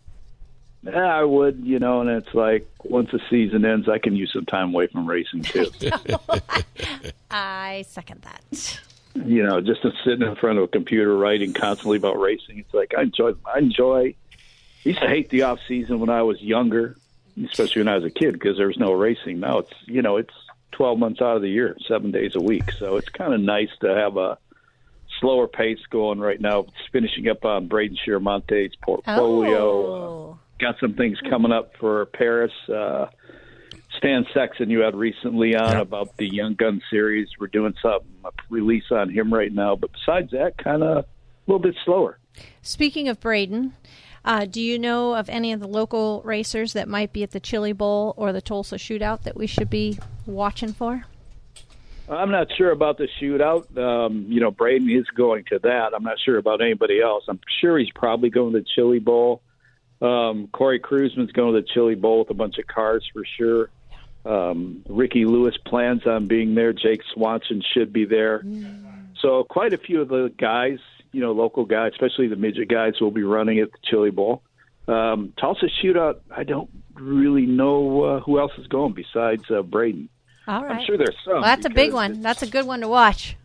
Eh, I would, you know, and it's like once the season ends, I can use some time away from racing too. I second that. you know, just sitting in front of a computer writing constantly about racing. It's like I enjoy. I enjoy. I used to hate the off season when I was younger, especially when I was a kid, because there was no racing. Now it's you know it's twelve months out of the year, seven days a week. So it's kind of nice to have a slower pace going right now. It's finishing up on Braden Monte's portfolio. Uh, Oh, got some things coming up for Paris. Uh, Stan Sexton, you had recently on Yeah. about the Young Gun series. We're doing something a release on him right now, but besides that, kind of a little bit slower. speaking of Braden, uh, do you know of any of the local racers that might be at the Chili Bowl or the Tulsa Shootout that we should be watching for? I'm not sure about the shootout. Um, you know, Braden is going to that. I'm not sure about anybody else. I'm sure he's probably going to the Chili Bowl. Um, Corey Cruzman's going to the Chili Bowl with a bunch of cars for sure. Um, Ricky Lewis plans on being there. Jake Swanson should be there. So quite a few of the guys, you know, local guys, especially the midget guys, will be running at the Chili Bowl. Um, Tulsa Shootout, I don't really know uh, who else is going besides uh, Braden. All right. I'm sure there's some. well, that's a big because one. That's a good one to watch.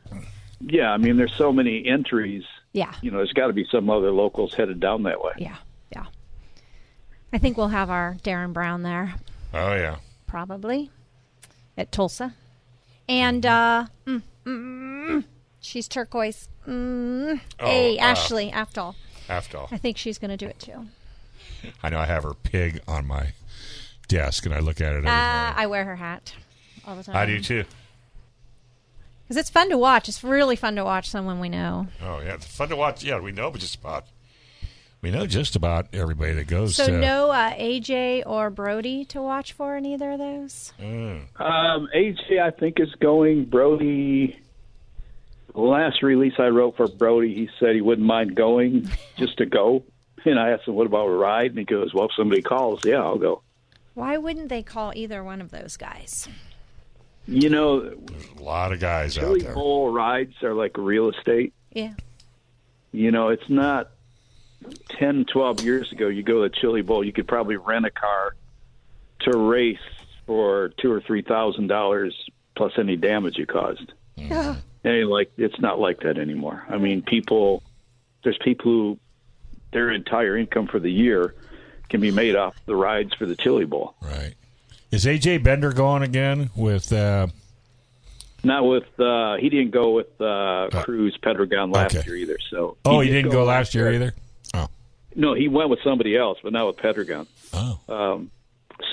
yeah, I mean, there's so many entries. Yeah. You know, there's got to be some other locals headed down that way. Yeah. Yeah. I think we'll have our Darren Brown there. Oh yeah. probably at Tulsa. And uh, Mm-hmm. mm, mm, she's turquoise. Mm. hey, uh, Ashley Aftall. After all. I think she's going to do it too. I know I have her pig on my desk, and I look at it. Every Uh, morning. I wear her hat all the time. I do too. Because it's fun to watch. It's really fun to watch someone we know. Oh yeah, it's fun to watch. Yeah, we know just about. We know just about everybody that goes. So to, no uh, AJ or Brody to watch for in either of those. uh, Um, AJ, I think is going. Brody, the last release I wrote for Brody, he said he wouldn't mind going just to go. And I asked him, "What about a ride?" And he goes, "Well, if somebody calls, yeah, I'll go." Why wouldn't they call either one of those guys? You know, a lot of guys out Billy there. Bowl rides are like real estate. Yeah. You know, it's not 10, 12 years ago. You go to Chili Bowl, you could probably rent a car to race for two or three thousand dollars plus any damage you caused. Hey, like it's not like that anymore. I mean, people, there's people who their entire income for the year can be made off the rides for the Chili Bowl. Right. Is AJ Bender going again with? Uh, Not with uh, he didn't go with uh, Cruz Pedregon last okay. year either. So oh, he did didn't go, last year either. Oh, No, he went with somebody else, but not with Pedregon. oh,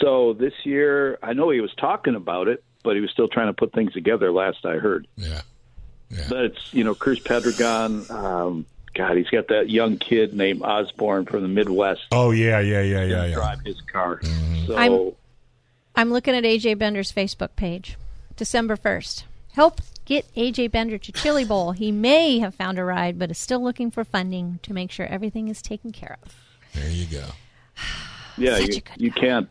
So this year, I know he was talking about it, but he was still trying to put things together. Last I heard, yeah. but it's you know Cruz Pedregon. Um, God, he's got that young kid named Osborne from the Midwest Oh yeah, yeah, yeah, yeah, Mm-hmm. yeah. drive his car. So I'm- I'm looking at AJ Bender's Facebook page. December 1st. Help get AJ Bender to Chili Bowl. He may have found a ride, but is still looking for funding to make sure everything is taken care of. There you go. yeah, such a you, good you guy. can't.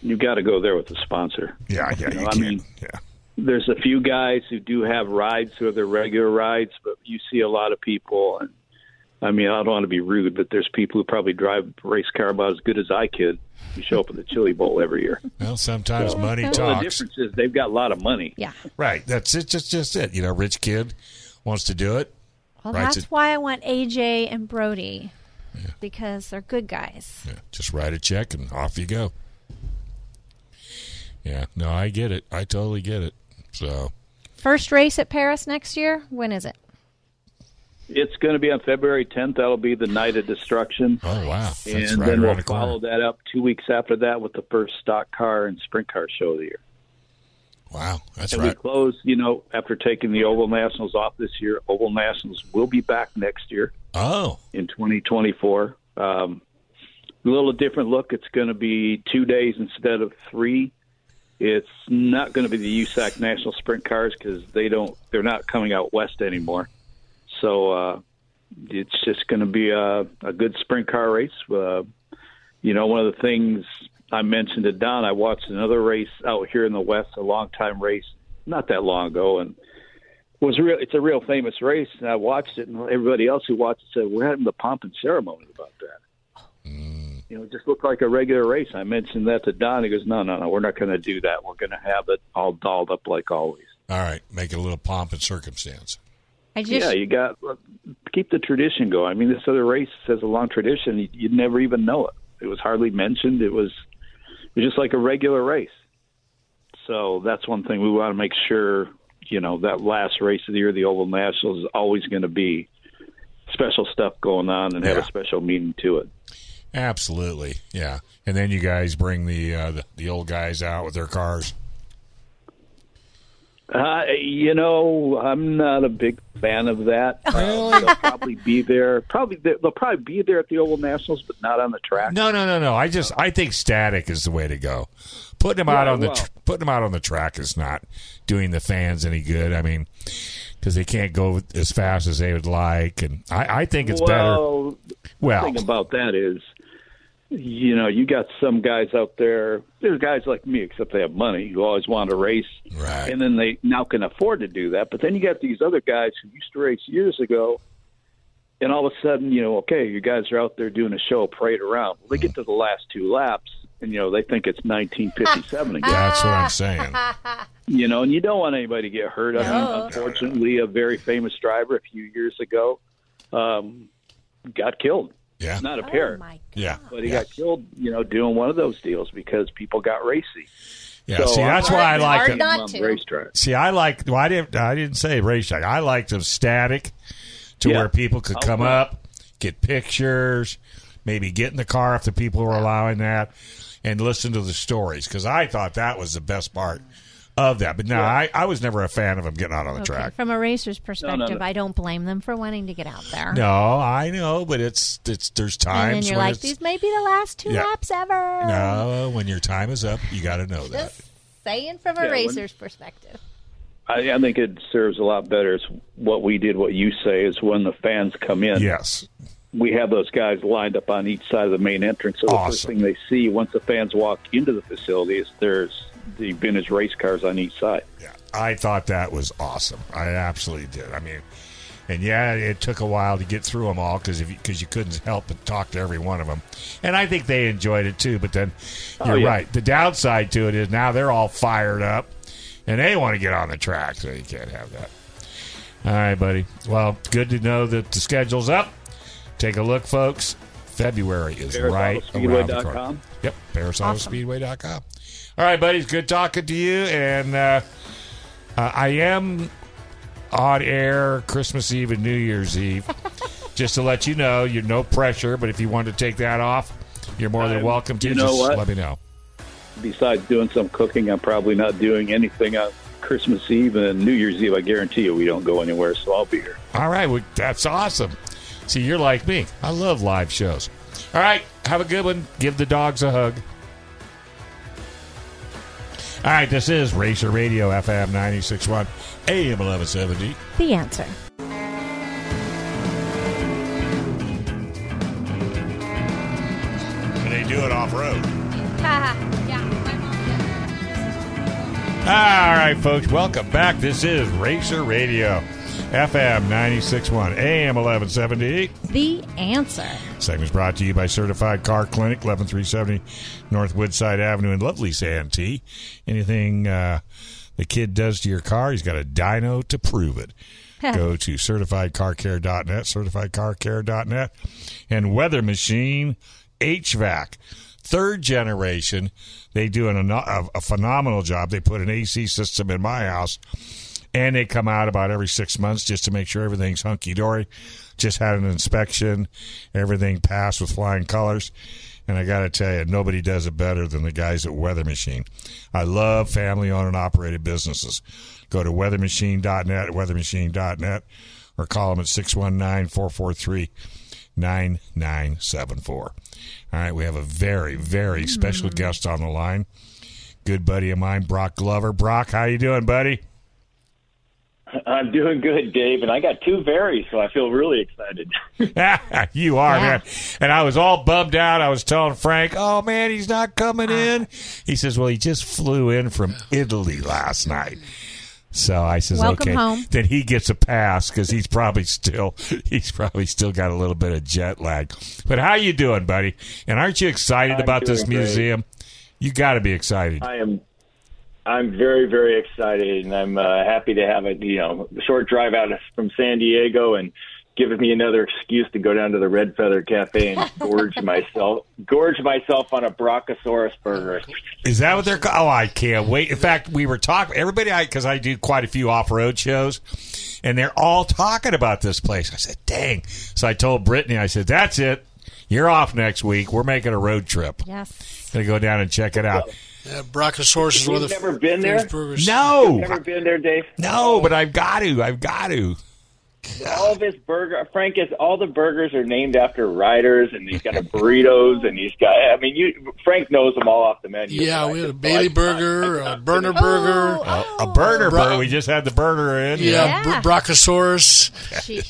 You got to go there with a sponsor. Yeah, yeah, you I can. mean- yeah. There's a few guys who do have rides who have their regular rides, but you see a lot of people. And I mean, I don't want to be rude, but there's people who probably drive a race car about as good as I could. who show up at the Chili Bowl every year. Well, sometimes money Well, the talks. difference is they've got a lot of money. Yeah. Right. That's it. Just just it. You know, rich kid wants to do it. Well, Right, that's it- why I want AJ and Brody because they're good guys. Yeah, just write a check and off you go. Yeah. No, I get it. I totally get it. So First race at Paris next year. When is it? It's going to be on February 10th. That'll be the night of destruction. oh wow, that's and right then around we'll the follow corner. that up two weeks after that with the first stock car and sprint car show of the year. Wow, that's And we right. close, you know, after taking the Oval Nationals off this year, Oval Nationals will be back next year Oh, in 2024. Um, a little different look. It's going to be two days instead of three. It's not going to be the USAC National Sprint Cars because they don't. They're not coming out west anymore. So uh, it's just going to be a, a good sprint car race. Uh, you know, one of the things I mentioned to Don, I watched another race out here in the west, a long time race, not that long ago, and was real. It's a real famous race, and I watched it, and everybody else who watched it said, "We're having the pomp and ceremony about that." You know, it just looked like a regular race. I mentioned that to Don. He goes, "No, no, no, we're not going to do that. We're going to have it all dolled up like always." all right. Make it a little pomp and circumstance. I just yeah, you got uh, keep the tradition going. I mean, this other race has a long tradition. You, you'd never even know it. It was hardly mentioned. It was it was just like a regular race. So that's one thing we want to make sure. You know, that last race of the year, the Oval Nationals, is always going to be special stuff going on and have Yeah. a special meaning to it. Absolutely, yeah. And then you guys bring the uh, the, the old guys out with their cars. Uh, you know, I'm not a big fan of that. Uh, they'll probably be there. Probably they'll probably be there at the Oval Nationals, but not on the track. No, no, no, no. I just I think static is the way to go. Putting them out Right, on the well- tr- putting them out on the track is not doing the fans any good. I mean, because they can't go as fast as they would like, and I, I think it's well, better. Well, thing about that is, you know, you got some guys out there. There's guys like me, except they have money, who always want to race, Right. and then they now can afford to do that. But then you got these other guys who used to race years ago, and all of a sudden, you know, okay, you guys are out there doing a show, parade around. Well, they get to the last two laps, and you know, they think it's 1957 again. that's what I'm saying. You know, and you don't want anybody to get hurt. I mean, No. unfortunately, a very famous driver a few years ago um, got killed. Yeah, Not a oh pair. my yeah, But he yeah. got killed, you know, doing one of those deals because people got racy. yeah. so See, I'm that's why I hard- like hard it. not- on to. racetrack. See, I like. Well, I didn't. I didn't say race track. I liked them static, to Yeah. Oh, where people could come Okay. up, get pictures, maybe get in the car if the people were allowing that, and listen to the stories because I thought that was the best part of that. But no, I, I was never a fan of them getting out on the Okay. track. From a racer's perspective, I don't blame them for wanting to get out there. No, I know, but it's it's there's and then times you're when like, it's, these may be the last two Yeah. laps ever. no when your time is up, you got to know that. Just saying from a when- racer's perspective. I, I think it serves a lot better. It's what we did, what you say, is when the fans come in. Yes, we have those guys lined up on each side of the main entrance. So the first Awesome. thing they see once the fans walk into the facility is there's the vintage race cars on each side. Yeah, I thought that was awesome. I absolutely did. I mean, and yeah, it took a while to get through them all because because you couldn't help but talk to every one of them, and I think they enjoyed it too. But then you're yeah. right. The downside to it is now they're all fired up, and they want to get on the track, so you can't have that. All right, buddy. Well, good to know that the schedule's up. Take a look, folks. February is right around the corner. Parasautospeedway.com? Yep, Parasautospeedway.com. All right, buddies. Good talking to you. And uh, uh, I am on air Christmas Eve and New Year's Eve. Just to let you know, you're no pressure, but if you want to take that off, you're more than Um, welcome to. you know Just what? let me know. Besides doing some cooking, I'm probably not doing anything on Christmas Eve and New Year's Eve. I guarantee you we don't go anywhere, so I'll be here. All right, well, that's awesome. See, you're like me. I love live shows. All right, have a good one. Give the dogs a hug. All right, this is Racer Radio FM 961 AM 1170. The answer. And they do it off road. yeah, my mom All right, folks, welcome back. This is Racer Radio FM 961 AM 1170. The answer. Segment is brought to you by Certified Car Clinic, 11370 North Woodside Avenue in lovely Santee. Anything uh, the kid does to your car, he's got a dyno to prove it. Go to certifiedcarcare.net, certifiedcarcare.net, and Weather Machine HVAC, third generation. They do an, a, a phenomenal job. They put an AC system in my house and they come out about every six months just to make sure everything's hunky dory. Just had an inspection, everything passed with flying colors. And I got to tell you, nobody does it better than the guys at Weather Machine. I love family owned and operated businesses. Go to weathermachine.net, weathermachine.net, or call them at 619 443 9974. All right, we have a very, very special guest on the line. Good buddy of mine, Brock Glover. Brock, how you doing, buddy? I'm doing good, Dave, and I got two varies, so I feel really excited. you are, Yeah. man. And I was all bummed out. I was telling Frank, oh, man, he's not coming Ah. in. He says, well, he just flew in from Italy last night. So I says, Welcome okay. home. Then he gets a pass because he's probably still he's probably still got a little bit of jet lag. But how you doing, buddy? And aren't you excited I'm about this doing great. museum? You got to be excited. I am, I'm very, very excited, and I'm uh, happy to have a you know short drive out from San Diego and giving me another excuse to go down to the Red Feather Cafe and gorge myself, gorge myself on a Brachiosaurus burger. Is that what they're called? Oh, I can't wait. In fact, we were talking, everybody, because I, do quite a few off road shows, and they're all talking about this place. I said, dang. So I told Brittany, I said, that's it. You're off next week. We're making a road trip. Yes. Gonna go down and check it out. Yeah, Brachiosaurus is You've one of the never been there? famous burgers. Never No, been there, Dave. no, but I've got to. I've got to. All of his burger, Frank is all the burgers are named after riders, and he's got a burritos, and he's got. I mean, you Frank knows them all off the menu. Yeah, we had a Just Bailey like- burger, a burner burger. Oh, A burner, Bro- burger. We just had the burner in. Yeah, Yeah. Br- Brachiosaurus.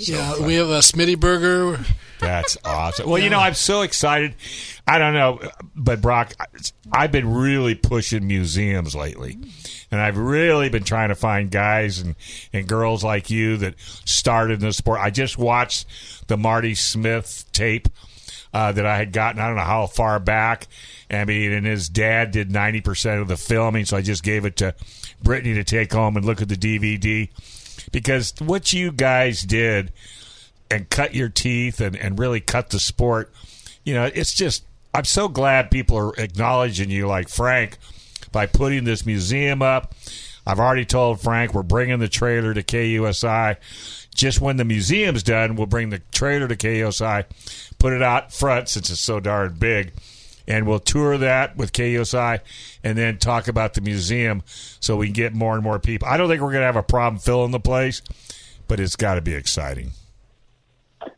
Yeah, we have a Smitty burger. That's awesome. Well, you know, I'm so excited. I don't know, but Brock, I've been really pushing museums lately. And I've really been trying to find guys and, and girls like you that started in the sport. I just watched the Marty Smith tape uh, that I had gotten. I don't know how far back. I mean, and his dad did 90% of the filming. So I just gave it to Brittany to take home and look at the DVD. Because what you guys did and cut your teeth and, and really cut the sport. You know, it's just I'm so glad people are acknowledging you like Frank by putting this museum up. I've already told Frank we're bringing the trailer to KUSI. Just when the museum's done, we'll bring the trailer to KUSI, put it out front since it's so darn big, and we'll tour that with KUSI and then talk about the museum so we can get more and more people. I don't think we're going to have a problem filling the place, but it's got to be exciting.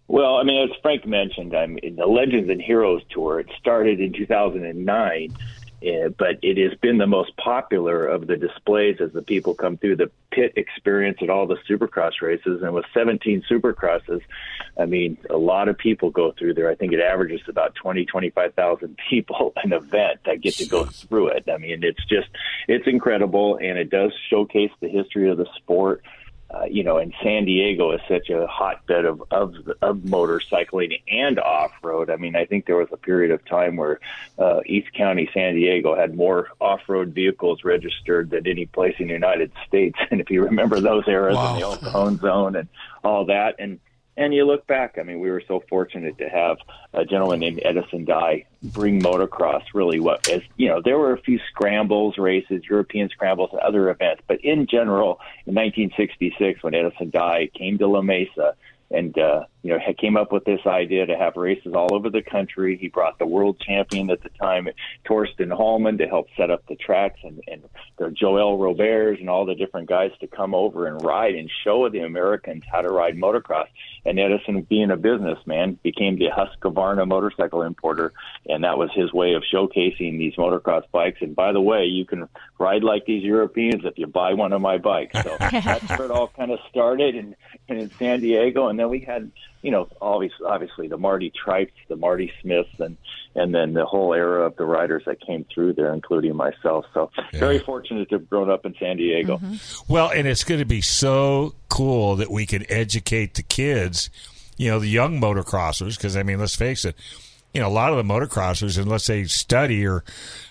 Well, I mean, as Frank mentioned, I'm in the Legends and Heroes tour. It started in 2009, eh, but it has been the most popular of the displays as the people come through the pit experience at all the Supercross races. And with 17 Supercrosses, I mean, a lot of people go through there. I think it averages about 20, 25,000 people an event that get to go through it. I mean, it's just it's incredible, and it does showcase the history of the sport uh, you know, and San Diego is such a hotbed of of, of motorcycling and off road. I mean, I think there was a period of time where uh, East County, San Diego, had more off road vehicles registered than any place in the United States. And if you remember those eras Wow. and the old Cone Zone and all that, and and you look back, I mean, we were so fortunate to have a gentleman named Edison Dye bring motocross really what as you know, there were a few scrambles races, European scrambles and other events, but in general, in nineteen sixty six when Edison Dye came to La Mesa and uh, you know, had came up with this idea to have races all over the country. He brought the world champion at the time, Torsten Hallman, to help set up the tracks, and and the Joel Roberts and all the different guys to come over and ride and show the Americans how to ride motocross. And Edison, being a businessman, became the Husqvarna motorcycle importer, and that was his way of showcasing these motocross bikes. And by the way, you can ride like these Europeans if you buy one of my bikes. So that's where it all kind of started, and and in San Diego, and then we had you know obviously obviously the Marty Tripes, the Marty Smiths, and and then the whole era of the riders that came through there, including myself. So very fortunate to have grown up in San Diego. Well, and it's going to be so cool that we can educate the kids, you know, the young motocrossers, because I mean, let's face it, you know, a lot of the motocrossers, unless they study or,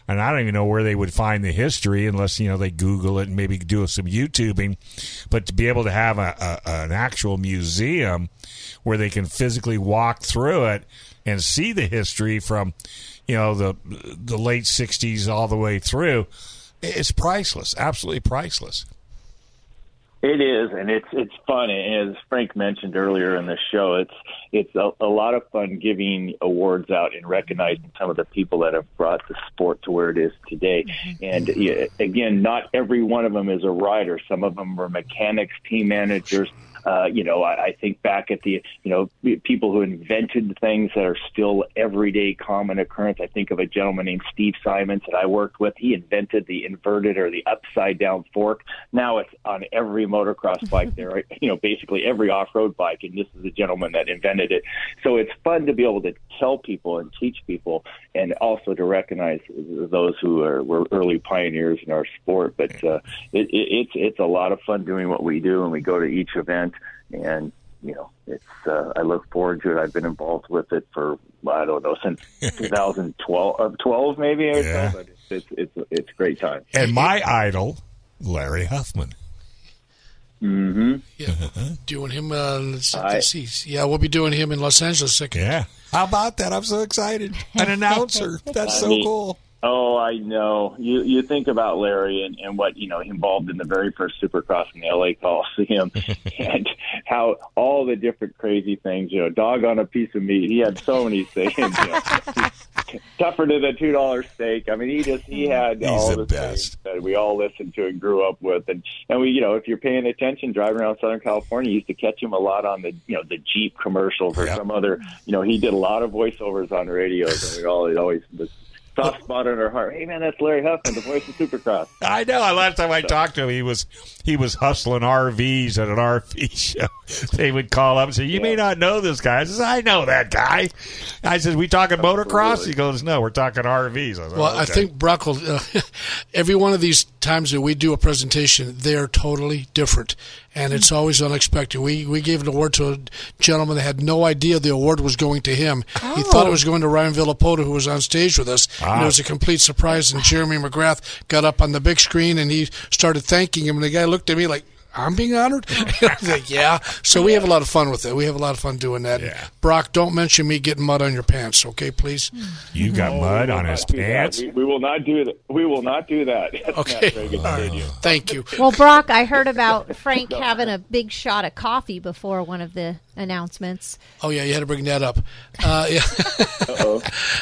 and I don't even know where they would find the history unless, you know, they Google it and maybe do some YouTubing. But to be able to have a, a, an actual museum where they can physically walk through it and see the history from, you know, the, the late 60s all the way through, it's priceless, absolutely priceless. It is, and it's it's fun. And as Frank mentioned earlier in the show, it's it's a, a lot of fun giving awards out and recognizing some of the people that have brought the sport to where it is today. And yeah, again, not every one of them is a rider. Some of them are mechanics, team managers. Uh, you know, I, I think back at the you know people who invented things that are still everyday common occurrence. I think of a gentleman named Steve Simons that I worked with. He invented the inverted or the upside down fork. Now it's on every motocross bike there, right? you know, basically every off road bike. And this is the gentleman that invented it. So it's fun to be able to tell people and teach people, and also to recognize those who are were early pioneers in our sport. But uh, it, it, it's it's a lot of fun doing what we do, and we go to each event and. You know, it's. Uh, I look forward to it. I've been involved with it for I don't know since 2012, uh, 12 maybe. Or Yeah. so, but it's it's it's a great time. And my idol, Larry Huffman. Doing him uh, let's- All right. let's see. yeah, we'll be doing him in Los Angeles second. Yeah. How about that? I'm so excited. An announcer. That's so Neat. cool. Oh, I know. You you think about Larry and, and what you know involved in the very first Supercross in the LA Coliseum, and how all the different crazy things. You know, dog on a piece of meat. He had so many things. You know, tougher than a two dollar steak. I mean, he just he had He's all the the best. things that we all listened to and grew up with, and and we you know if you're paying attention, driving around Southern California, you used to catch him a lot on the you know the Jeep commercials or Yep. some other. You know, he did a lot of voiceovers on radios, and we all it always was soft spot in our heart. Hey man, that's Larry Huffman, the voice of Supercross. I know. Last time I talked to him, he was he was hustling RVs at an RV show. They would call up and say, "You may not know this guy." I says, "I know that guy." I said, "We talking motocross?" He goes, "No, we're talking RVs." I was like, Well, I Oh, "Okay." think Brock will. Uh, every one of these times that we do a presentation, they are totally different, and it's always unexpected. We we gave an award to a gentleman that had no idea the award was going to him. He thought it was going to Ryan Villapoto, who was on stage with us. Ah. And it was a complete surprise. And Jeremy McGrath got up on the big screen and he started thanking him, and the guy looked at me like. I'm being honored. I was like, yeah. So we have a lot of fun with it. We have a lot of fun doing that. Yeah. Brock, don't mention me getting mud on your pants, okay, please? You got mud on his Do that. pants. We, we will not do that. We will not do that. That's Okay. Not very good to do. Thank you. Well, Brock, I heard about Frank having a big shot of coffee before one of the announcements. Oh yeah, you had to bring that up. Uh, yeah.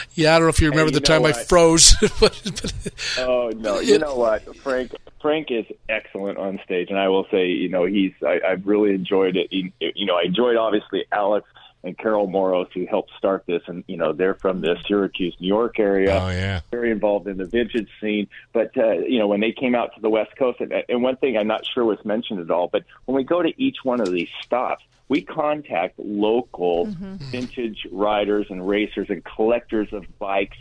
yeah, I don't know if you remember you the time know I what? froze. but, but- Oh no! You know what, Frank? Frank is excellent on stage, and I will say, you know, he's. I, I've really enjoyed it. You, you know, I enjoyed obviously Alex and Carol Moros who helped start this, and you know, they're from the Syracuse, New York area. Oh yeah. Very involved in the vintage scene, but uh, you know when they came out to the West Coast, and, and one thing I'm not sure was mentioned at all, but when we go to each one of these stops, we contact local vintage riders and racers and collectors of bikes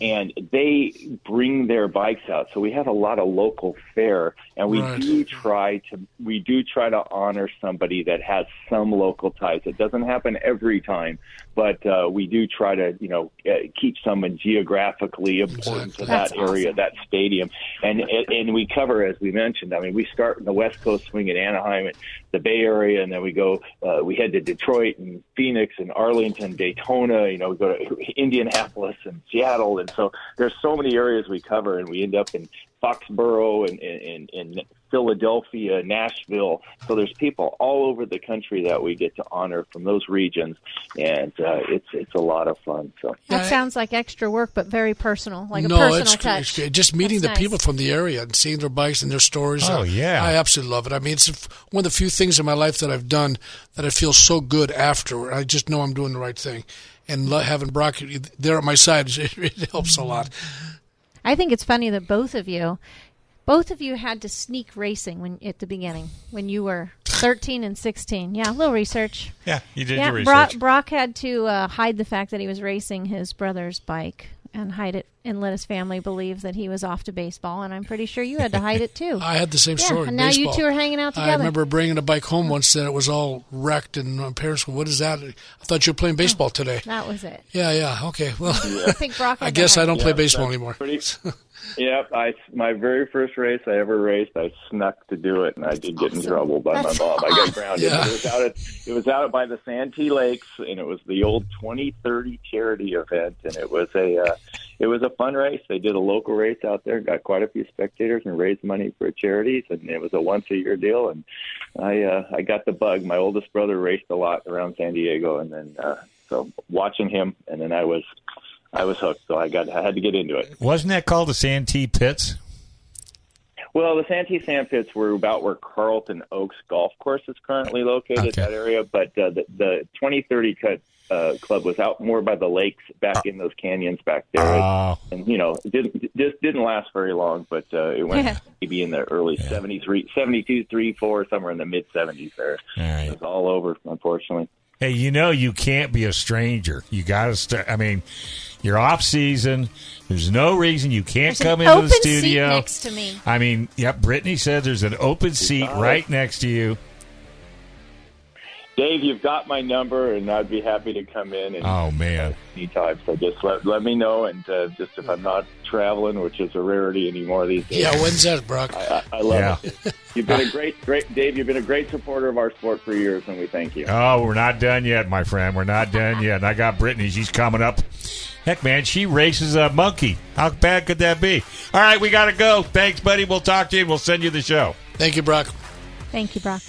and they bring their bikes out. So we have a lot of local fare, and we Right. do try to we do try to honor somebody that has some local ties. It doesn't happen every time, but uh, we do try to you know uh, keep someone geographically important to That's that area, that stadium, and, and and we cover as we mentioned. I mean, we start in the West Coast swing in Anaheim and the Bay Area, and then we go uh, we head to Detroit and Phoenix and Arlington, Daytona. You know, we go to Indianapolis and Seattle, and so there's so many areas we cover, and we end up in Foxborough and and, and, and Philadelphia, Nashville. So there's people all over the country that we get to honor from those regions, and uh, it's it's a lot of fun. So That Yeah. sounds like extra work, but very personal, like no, a personal it's, touch. it's great. just meeting That's the nice. people from the area and seeing their bikes and their stories. Oh, I- yeah. I absolutely love it. I mean, it's one of the few things in my life that I've done that I feel so good after. I just know I'm doing the right thing, and lo- having Brock there at my side it, it helps a lot. I think it's funny that both of you, both of you had to sneak racing when at the beginning when you were 13 and 16. Yeah, a little research. Yeah, you did yeah, your Brock, research. Brock had to uh, hide the fact that he was racing his brother's bike and hide it and let his family believe that he was off to baseball. And I'm pretty sure you had to hide it too. I had the same Yeah, story. and now you baseball. two are hanging out I together. remember bringing a bike home once that it was all wrecked, and my parents were, "What is that?" I thought you were playing baseball today. that was it. Yeah, yeah, okay. Well, I think Brock. I had to guess hide I don't play Yeah, baseball that's anymore. pretty- Yep, I my very first race I ever raced, I snuck to do it, and I did get in trouble by That's my mom. I got grounded. Yeah. It was out at it was out by the Santee Lakes, and it was the old 2030 charity event, and it was a uh, it was a fun race. They did a local race out there, got quite a few spectators, and raised money for charities, and it was a once a year deal. And I uh, I got the bug. My oldest brother raced a lot around San Diego, and then uh, so watching him, and then I was. I was hooked, so I got I had to get into it. Wasn't that called the Santee Pits? Well, the Santee Sand Pits were about where Carlton Oaks Golf Course is currently located, Okay. that area. But uh, the, the 2030 Cut uh, Club was out more by the lakes, Ah. back in those canyons back there. Oh, and you know, it didn't just didn't last very long, but uh, it went Yeah. maybe in the early 73, 72, 3, 4, somewhere in the mid 70s. There, all it right. was all over, unfortunately. Hey, you know you can't be a stranger. You got to start. I mean, you're off season. There's no reason you can't There's come an into open the studio. seat next to me. I mean, yep. Brittany said there's an open seat right next to you. Dave, you've got my number, and I'd be happy to come in and Oh man, anytime. So just let let me know, and uh, just if I'm not traveling, which is a rarity anymore these days. Yeah, when's that, Brock? I, I love yeah. it. You've been a great, great Dave. You've been a great supporter of our sport for years, and we thank you. Oh, we're not done yet, my friend. We're not done yet. And I got Brittany. She's coming up. Heck, man, she races a monkey. How bad could that be? All right, we got to go. Thanks, buddy. We'll talk to you. and We'll send you the show. Thank you, Brock. Thank you, Brock.